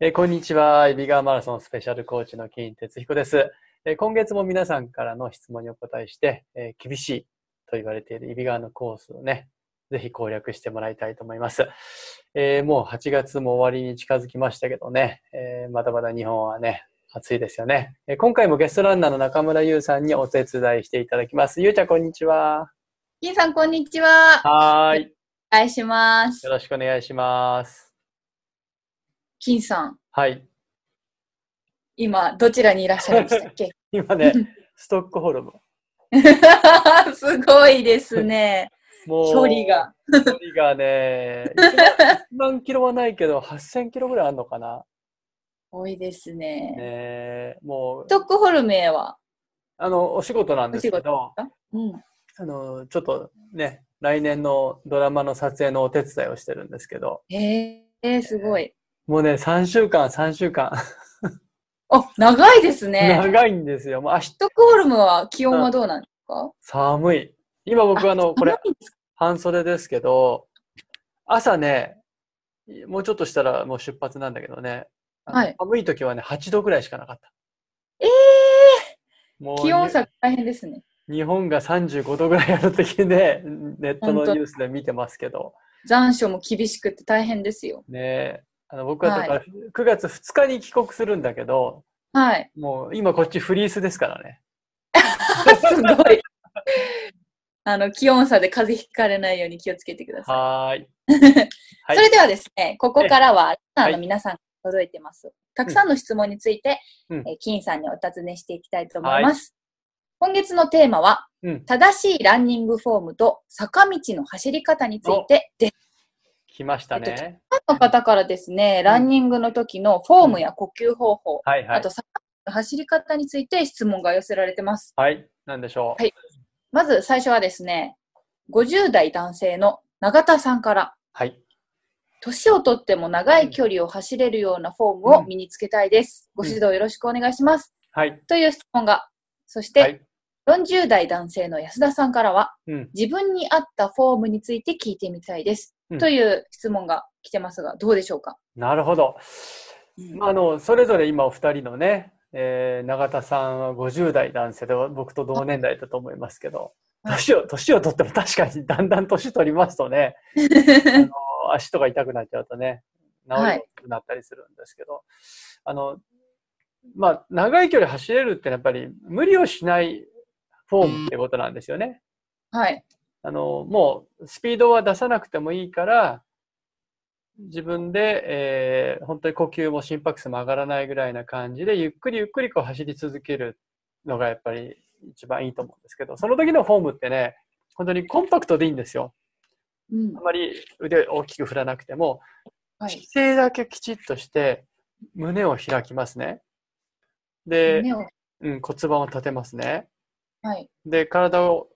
えーこんにちは。エビガーマラソンスペシャルコーチの金哲彦です、えー今月も皆さんからの質問にお答えして、えー厳しいと言われているエビガーのコースをね、ぜひ攻略してもらいたいと思います。えーもう8月も終わりに近づきましたけどね、えーまだまだ日本はね、暑いですよね、えー今回もゲストランナーの中村優さんにお手伝いしていただきます。優ちゃん、こんにちは。金さん、こんにちは。はーい。お願いしますよ。ろしくお願いします。金さん、はい。今、どちらにいらっしゃるんでしたっ け今 ね、ストックホルム。すごいですね。もう距離が。距離がね、1万キロはないけど、8000キロぐらいあるのかな。多いですね。ね、もうス、トックホルムへは、あの、お仕事なんですけど、うん、あの、ちょっとね、来年のドラマの撮影のお手伝いをしてるんですけど、えー、すごい。もうね、3週間、3週間、あ、長いですね。長いんですよ。もう明日ストックホルムは気温はどうなんですか寒い。今僕あの、これ、長いんですか半袖ですけど、朝ね、もうちょっとしたらもう出発なんだけどね、あのはい寒い時はね、8度ぐらいしかなかった。えもー、う気温差が大変ですね。日本が35度ぐらいある時ね、 ネットの本当ニュースで見てますけど、残暑も厳しくて大変ですよ。ね、あの僕はだから9月2日に帰国するんだけど、 はい。もう今こっちフリースですからね。あすごい。あの、気温差で風邪ひかれないように気をつけてください。はーい。はいそれではですね、ここからは、あはいの皆さんから届いてます。たくさんの質問について、うんえー金さんにお尋ねしていきたいと思います。今月のテーマは、うん正しいランニングフォームと坂道の走り方についてです。来ましたえっね。ファンの方からですね、ランニングの時のフォームや呼吸方法、はいはあいと。坂道の走り方について質問が寄せられてます。はい。なんでしょう。はいまず最初はですね、50代男性の永田さんから、はい。年をとっても長い距離を走れるようなフォームを身につけたいです。うんご指導よろしくお願いします。はい。という質問が。そしはて、い。 40代男性の安田さんからは、うん。自分に合ったフォームについて聞いてみたいです。うんという質問が来てますが、どうでしょうか、なるほど。まあ、あの、それぞれ今お二人のね、えー、永田さんは50代男性で、僕と同年代だと思いますけど、はい年を、年を取っても確かにだんだん年取りますとね、あの足とか痛くなっちゃうとね、治りはいにくくなったりするんですけど、あの、まあ、長い距離走れるってのはやっぱり無理をしないフォームってことなんですよね。 はい。あの、もうスピードは出さなくてもいいから、自分で、えー本当に呼吸も心拍数も上がらないぐらいな感じで、ゆっくりゆっくりこう走り続けるのがやっぱり一番いいと思うんですけど、その時のフォームってね、本当にコンパクトでいいんですよ。うんあ。まり腕を大きく振らなくても、はい。姿勢だけきちっとして、胸を開きますね。で、胸をうん、骨盤を立てますね。はい。で、体を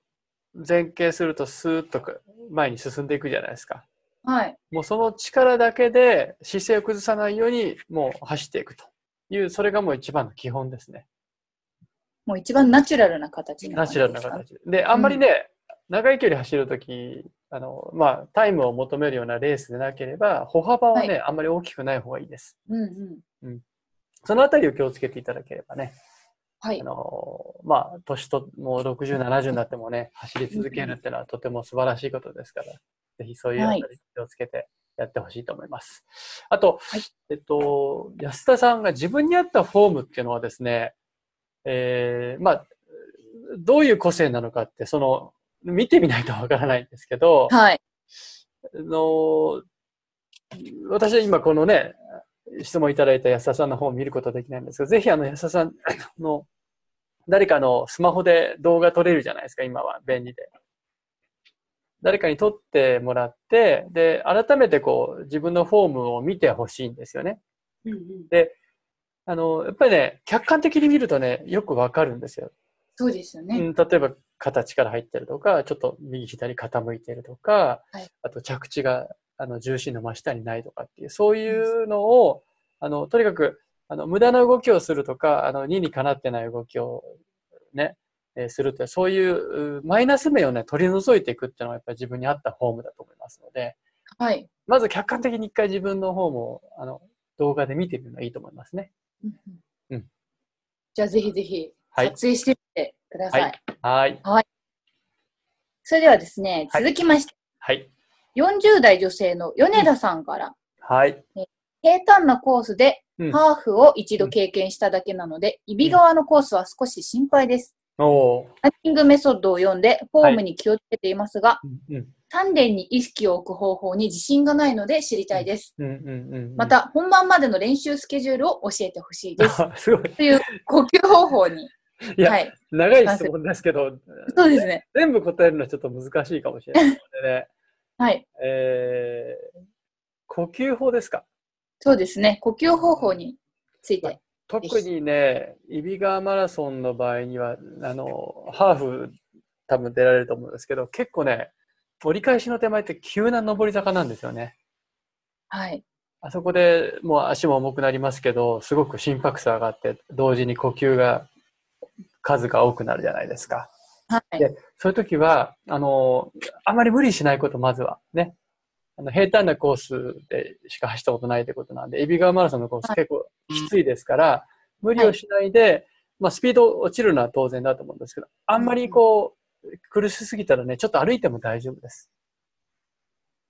前傾するとスーッとこう前に進んでいくじゃないですか。はい。もうその力だけで姿勢を崩さないようにもう走っていくという、それがもう一番の基本ですね。もう一番ナチュラルな形にナチュラルな形で。で、あんまりね、長い距離走るとき、あの、まあ、タイムを求めるようなレースでなければ、歩幅はね、はあんまり大きくない方がいいです。うんうん。そのあたりを気をつけていただければね、はいあ。の、まあ、年と、もう60、70になっても ね、走り続けるってのはとても素晴らしいことですから、ぜひそういうあたり気をつけてやってほしいと思います。あと、はいえっと、安田さんが自分に合ったフォームっていうのはですね、えーまあ、どういう個性なのかって、その、見てみないとわからないんですけど、はい。あの、私は今このね、質問いただいた安田さんの方を見ることはできないんですけど、ぜひあの安田さんの、誰かのスマホで動画撮れるじゃないですか、今は便利で。誰かに撮ってもらって、で、改めてこう、自分のフォームを見てほしいんですよね。うんうん。あの、やっぱりね、客観的に見るとね、よくわかるんですよ。そうですよね。うん、例えば形から入ってるとか、ちょっと右左傾いてるとか、はいあと着地があの重心の真下にないとかっていう、そういうのを、あの、とにかく、あの、無駄な動きをするとか、あの、理にかなってない動きをね、えーするって、そういううマイナス面をね、取り除いていくっていうのはやっぱり自分に合ったフォームだと思いますので、はい。まず客観的に一回自分のフォームを、あの、動画で見てみるのがいいと思いますね。うんうんうんじゃあぜひぜひは撮い影してみてください。ははい。それではですね、はい続きまして、はい。 40代女性の米田さんから、はい。平坦なコースでうん。ハーフを一度経験しただけなので、揖斐川のコースは少し心配です。おーランニングメソッドを読んで、フォームに気をつけていますが、うんうん丹田に意識を置く方法に自信がないので知りたいです。うんうんうんうん。また、本番までの練習スケジュールを教えてほしいです。あ。すごい。という呼吸方法に。 いやはい。長い質問ですけど、そうですね。全部答えるのはちょっと難しいかもしれないのでね。はい。えー、呼吸法ですかそうですね。呼吸方法について。特にね、揖斐川マラソンの場合には、あの、ハーフ多分出られると思うんですけど、結構ね、折り返しの手前って急な上り坂なんですよね。はい。あそこでもう足も重くなりますけど、すごく心拍数上がって、同時に呼吸が、数が多くなるじゃないですか。はい。でそういう時は、あの、あまり無理しないこと、まずは。ね。あの、平坦なコースでしか走ったことないってことなんで、エビ川マラソンのコースはい結構きついですから、無理をしないで、まあ、スピード落ちるのは当然だと思うんですけど、あんまりこう、苦しすぎたらね、ちょっと歩いても大丈夫です。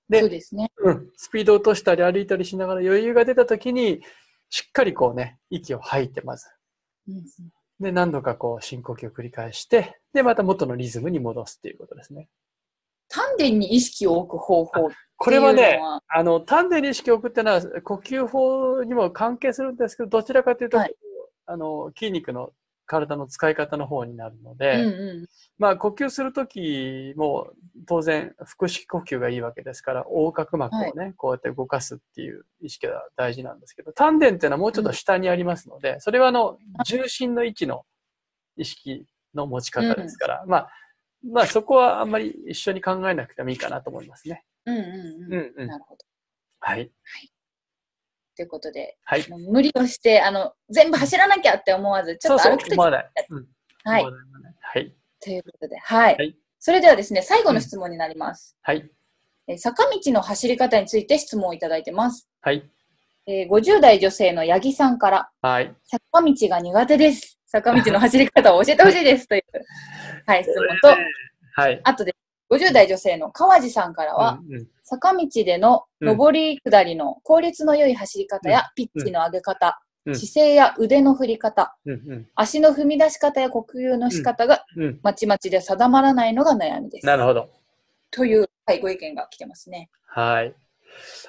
でそうですね。うん。スピード落としたり歩いたりしながら余裕が出た時に、しっかりこうね、息を吐いてまず。うんで、何度かこう、深呼吸を繰り返して、で、また元のリズムに戻すっていうことですね。丹田に意識を置く方法っていうのは。これはね、あの、丹田に意識を置くっていうのは、呼吸法にも関係するんですけど、どちらかというと、はいあの、筋肉の体の使い方の方になるのうで、んうん。まあ、呼吸するときも、当然、腹式呼吸がいいわけですから、横隔膜をね、こうやって動かすっていう意識が大事なんですけど、丹田っていうのはもうちょっと下にありますので、それはあの、重心の位置の意識の持ち方ですから、まあ、まあ、そこはあんまり一緒に考えなくてもいいかなと思いますね。うんうんううん。うんん。なるほど。はい。ということで、はい。もう無理をして、あの、全部走らなきゃって思わず、ちょっと歩くとき、思わない。うんは思わい。ない思わないはい。ということで、はい。はいそれではですね、最後の質問になります。はい。えー坂道の走り方について質問をいただいてます。はい。えー50代女性の八木さんから、はい。坂道が苦手です。坂道の走り方を教えてほしいです。という、はい、質 問と、はい。あとで、50代女性の川地さんからは、うんうん坂道でのうん上り下りの効率の良い走り方やピッチの上げう方、ん姿勢や腕の振り方、うん足の踏み出し方や呼吸の仕方がうん。うん。まちまちで定まらないのが悩みです。なるほど。という、はい、ご意見が来てますね。はい。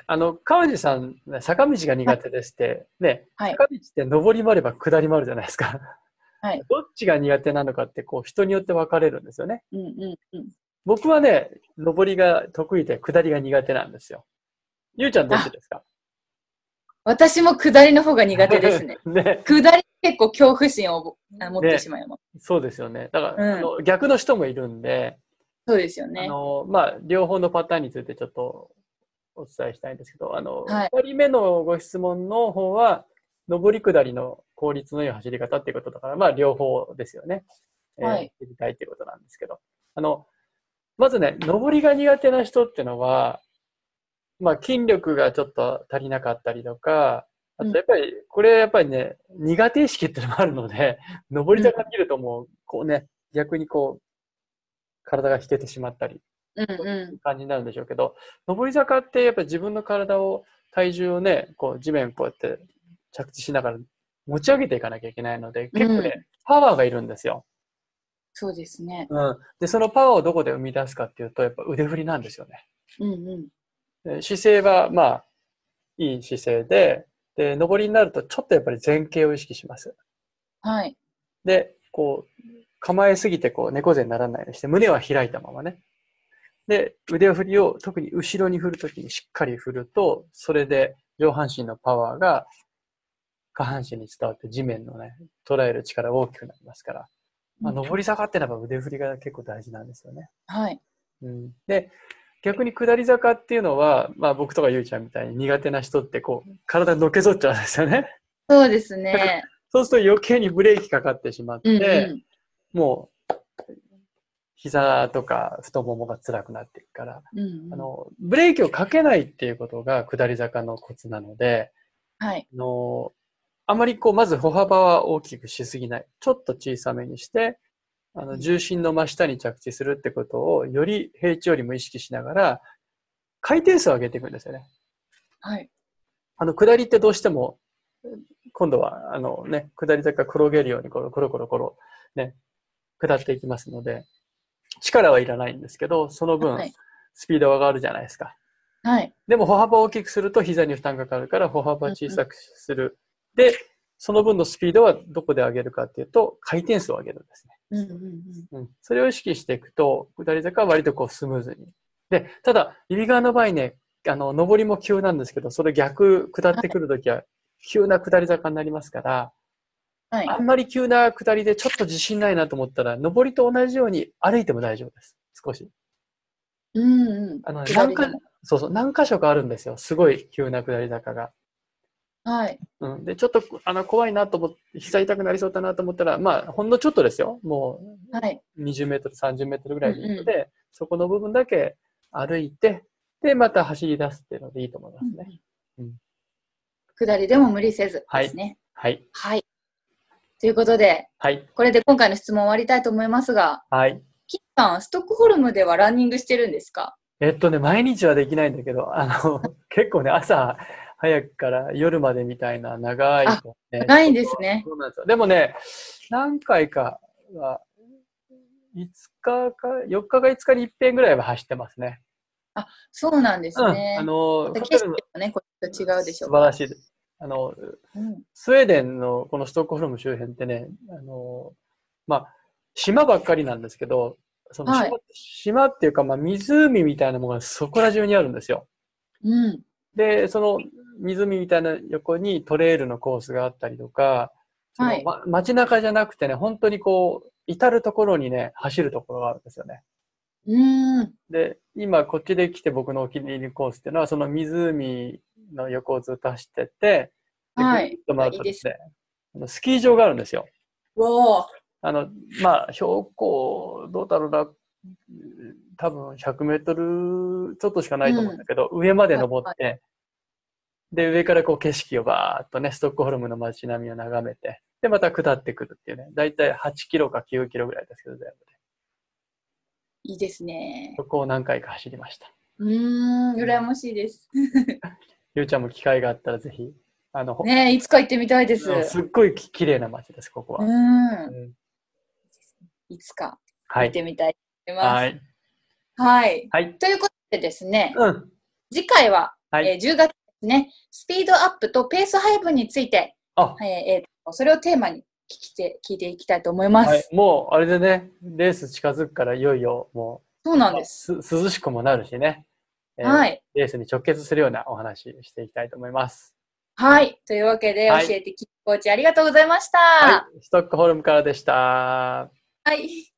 あの、川地さん、ね坂道が苦手ですって、ね、はい坂道って上りもあれば下りもあるじゃないですか。はいどっちが苦手なのかって、こう、人によって分かれるんですよね。うんうんうん。僕はね、上りが得意で下りが苦手なんですよ。ゆうちゃんどっちですか私も下りの方が苦手ですね。。 ね、下り結構恐怖心をあ持ってしまいます。そうですよね。だから、うんあの逆の人もいるんで、そうですよあね。の、まあ、両方のパターンについてちょっとお伝えしたいんですけど、あの、はい2人目のご質問の方は、上り下りの効率の良い走り方っていうことだから、まあ、両方ですよね。えーはい知りたいっていうことなんですけど。あの、まずね、上りが苦手な人ってのは、まあ、筋力がちょっと足りなかったりとか、あうんとやっぱり、これやっぱりね、苦手意識ってのもあるので、上り坂見るともう、こうね、逆にこう、体が引けてしまったりうんう感じになるんでしょうけど、上り坂ってやっぱり自分の体を、体重をね、こう地面こうやって着地しながら持ち上げていかなきゃいけないので、結構ね、うパワーがいるんですよ。そうですね。うん。で、そのパワーをどこで生み出すかっていうと、やっぱ腕振りなんですよね。うんうん。で姿勢は、まあ、いい姿勢で、で、上りになるとちょっとやっぱり前傾を意識します。はい。で、こう、構えすぎてこう猫背にならないようにして、胸は開いたままね。で、腕を振りを特に後ろに振るときにしっかり振ると、それで上半身のパワーが下半身に伝わって地面のね、捉える力が大きくなりますから、まあ、上り坂ってのは腕振りが結構大事なんですよね。はい。うん、で、逆に下り坂っていうのは、まあ僕とかゆいちゃんみたいに苦手な人ってこう、体のけぞっちゃうんですよね。そうですね。そうすると余計にブレーキかかってしまって、うんうん。もう、膝とか太ももが辛くなっていくから、うんうんあの、ブレーキをかけないっていうことが下り坂のコツなので、はい。あのあまりこう、まず歩幅は大きくしすぎない。ちょっと小さめにして、あうの、ん重心の真下に着地するってことを、より平地よりも意識しながら、回転数を上げていくんですよね。はい。あの、下りってどうしても、今度は、あのね、下り坂転げるように、このコロコロコロ、ね、下っていきますので、力はいらないんですけど、その分は、い。スピードは上がるじゃないですか。はい。でも歩幅を大きくすると膝に負担がかかるから歩幅を小さくする。で、その分のスピードはどこで上げるかっていうと回転数を上げるんですね。うんうんううん。ん。それを意識していくと、下り坂は割とこうスムーズに。で、ただ、指側の場合ね、あの、上りも急なんですけど、それ逆下ってくるときは急な下り坂になりますから、はい。あんまり急な下りでちょっと自信ないなと思ったら、上りと同じように歩いても大丈夫です。少し。うんうん。あのね、下何りかでも、そうそう、何箇所かあるんですよ。すごい急な下り坂が。はい。うん、でちょっとあの怖いなと思って膝痛くなりそうだなと思ったら、まあ、ほんのちょっとですよもはい。う20メートル30メートルぐらいでいいので、そこの部分だけ歩いてでまた走り出すっていうのでいいと思いますね、うん下りでも無理せずはいですね。はいはい。ということで、はいこれで今回の質問を終わりたいと思いますが、はいキッさん、ストックホルムではランニングしてるんですかえっとね毎日はできないんだけどあの 結構ね朝早くから夜までみたいな長いあこうねないんですね。そうなんですよでもね何回かは5日か4日か5日に一遍ぐらいは走ってますねそうなんですね。うん、あの、景色とね、これと違うでしょ素う晴からしいです。あの、うんスウェーデンのこのストックホルム周辺ってね、あの、まあ、島ばっかりなんですけど、その島,、はい島っていうか、まあ、湖みたいなものがそこら中にあるんですよ。うん。で、その湖みたいな横にトレイルのコースがあったりとか、そのはいま、街中じゃなくてね、本当にこう、至るところにね、走るところがあるんですよね。うん。で、今こっちで来て僕のお気に入りコースっていうのは、その湖の横をずっと走ってって、ではぐいるっ。と回るいといでですすね、あのスキー場があるんですよ。わあの、まあ、標高、どうだろうな、うん多分100メートルちょっとしかないと思うんだけど、上まで登って、で、上からこう景色をバーっとね、ストックホルムの街並みを眺めて、で、また下ってくるっていうね、だいたい8キロか9キロぐらいですけど、全部で。ーいいですね。そこを何回か走りました。うーん、羨ましいです。ゆうちゃんも機会があったらぜひ、あの、ほねえいつか行ってみたいです。あのすっごいき綺麗な街です、ここは。う。うんんいつかは行っい。てみたいと思います。はい。はい。はい。ということでですね、うん。次回は、はいえー10月ですね、スピードアップとペース配分について、あ、えーえーとそれをテーマに聞きて聞いていきたいと思います。はい、もうあれでね、レース近づくからいよいよもそうう、なんまあです。す涼しくもなるしね、えーはい。レースに直結するようなお話していきたいと思います。はい。というわけで、はい教えてキッコーチありがとうございました。はい、ストックホルムからでした。はい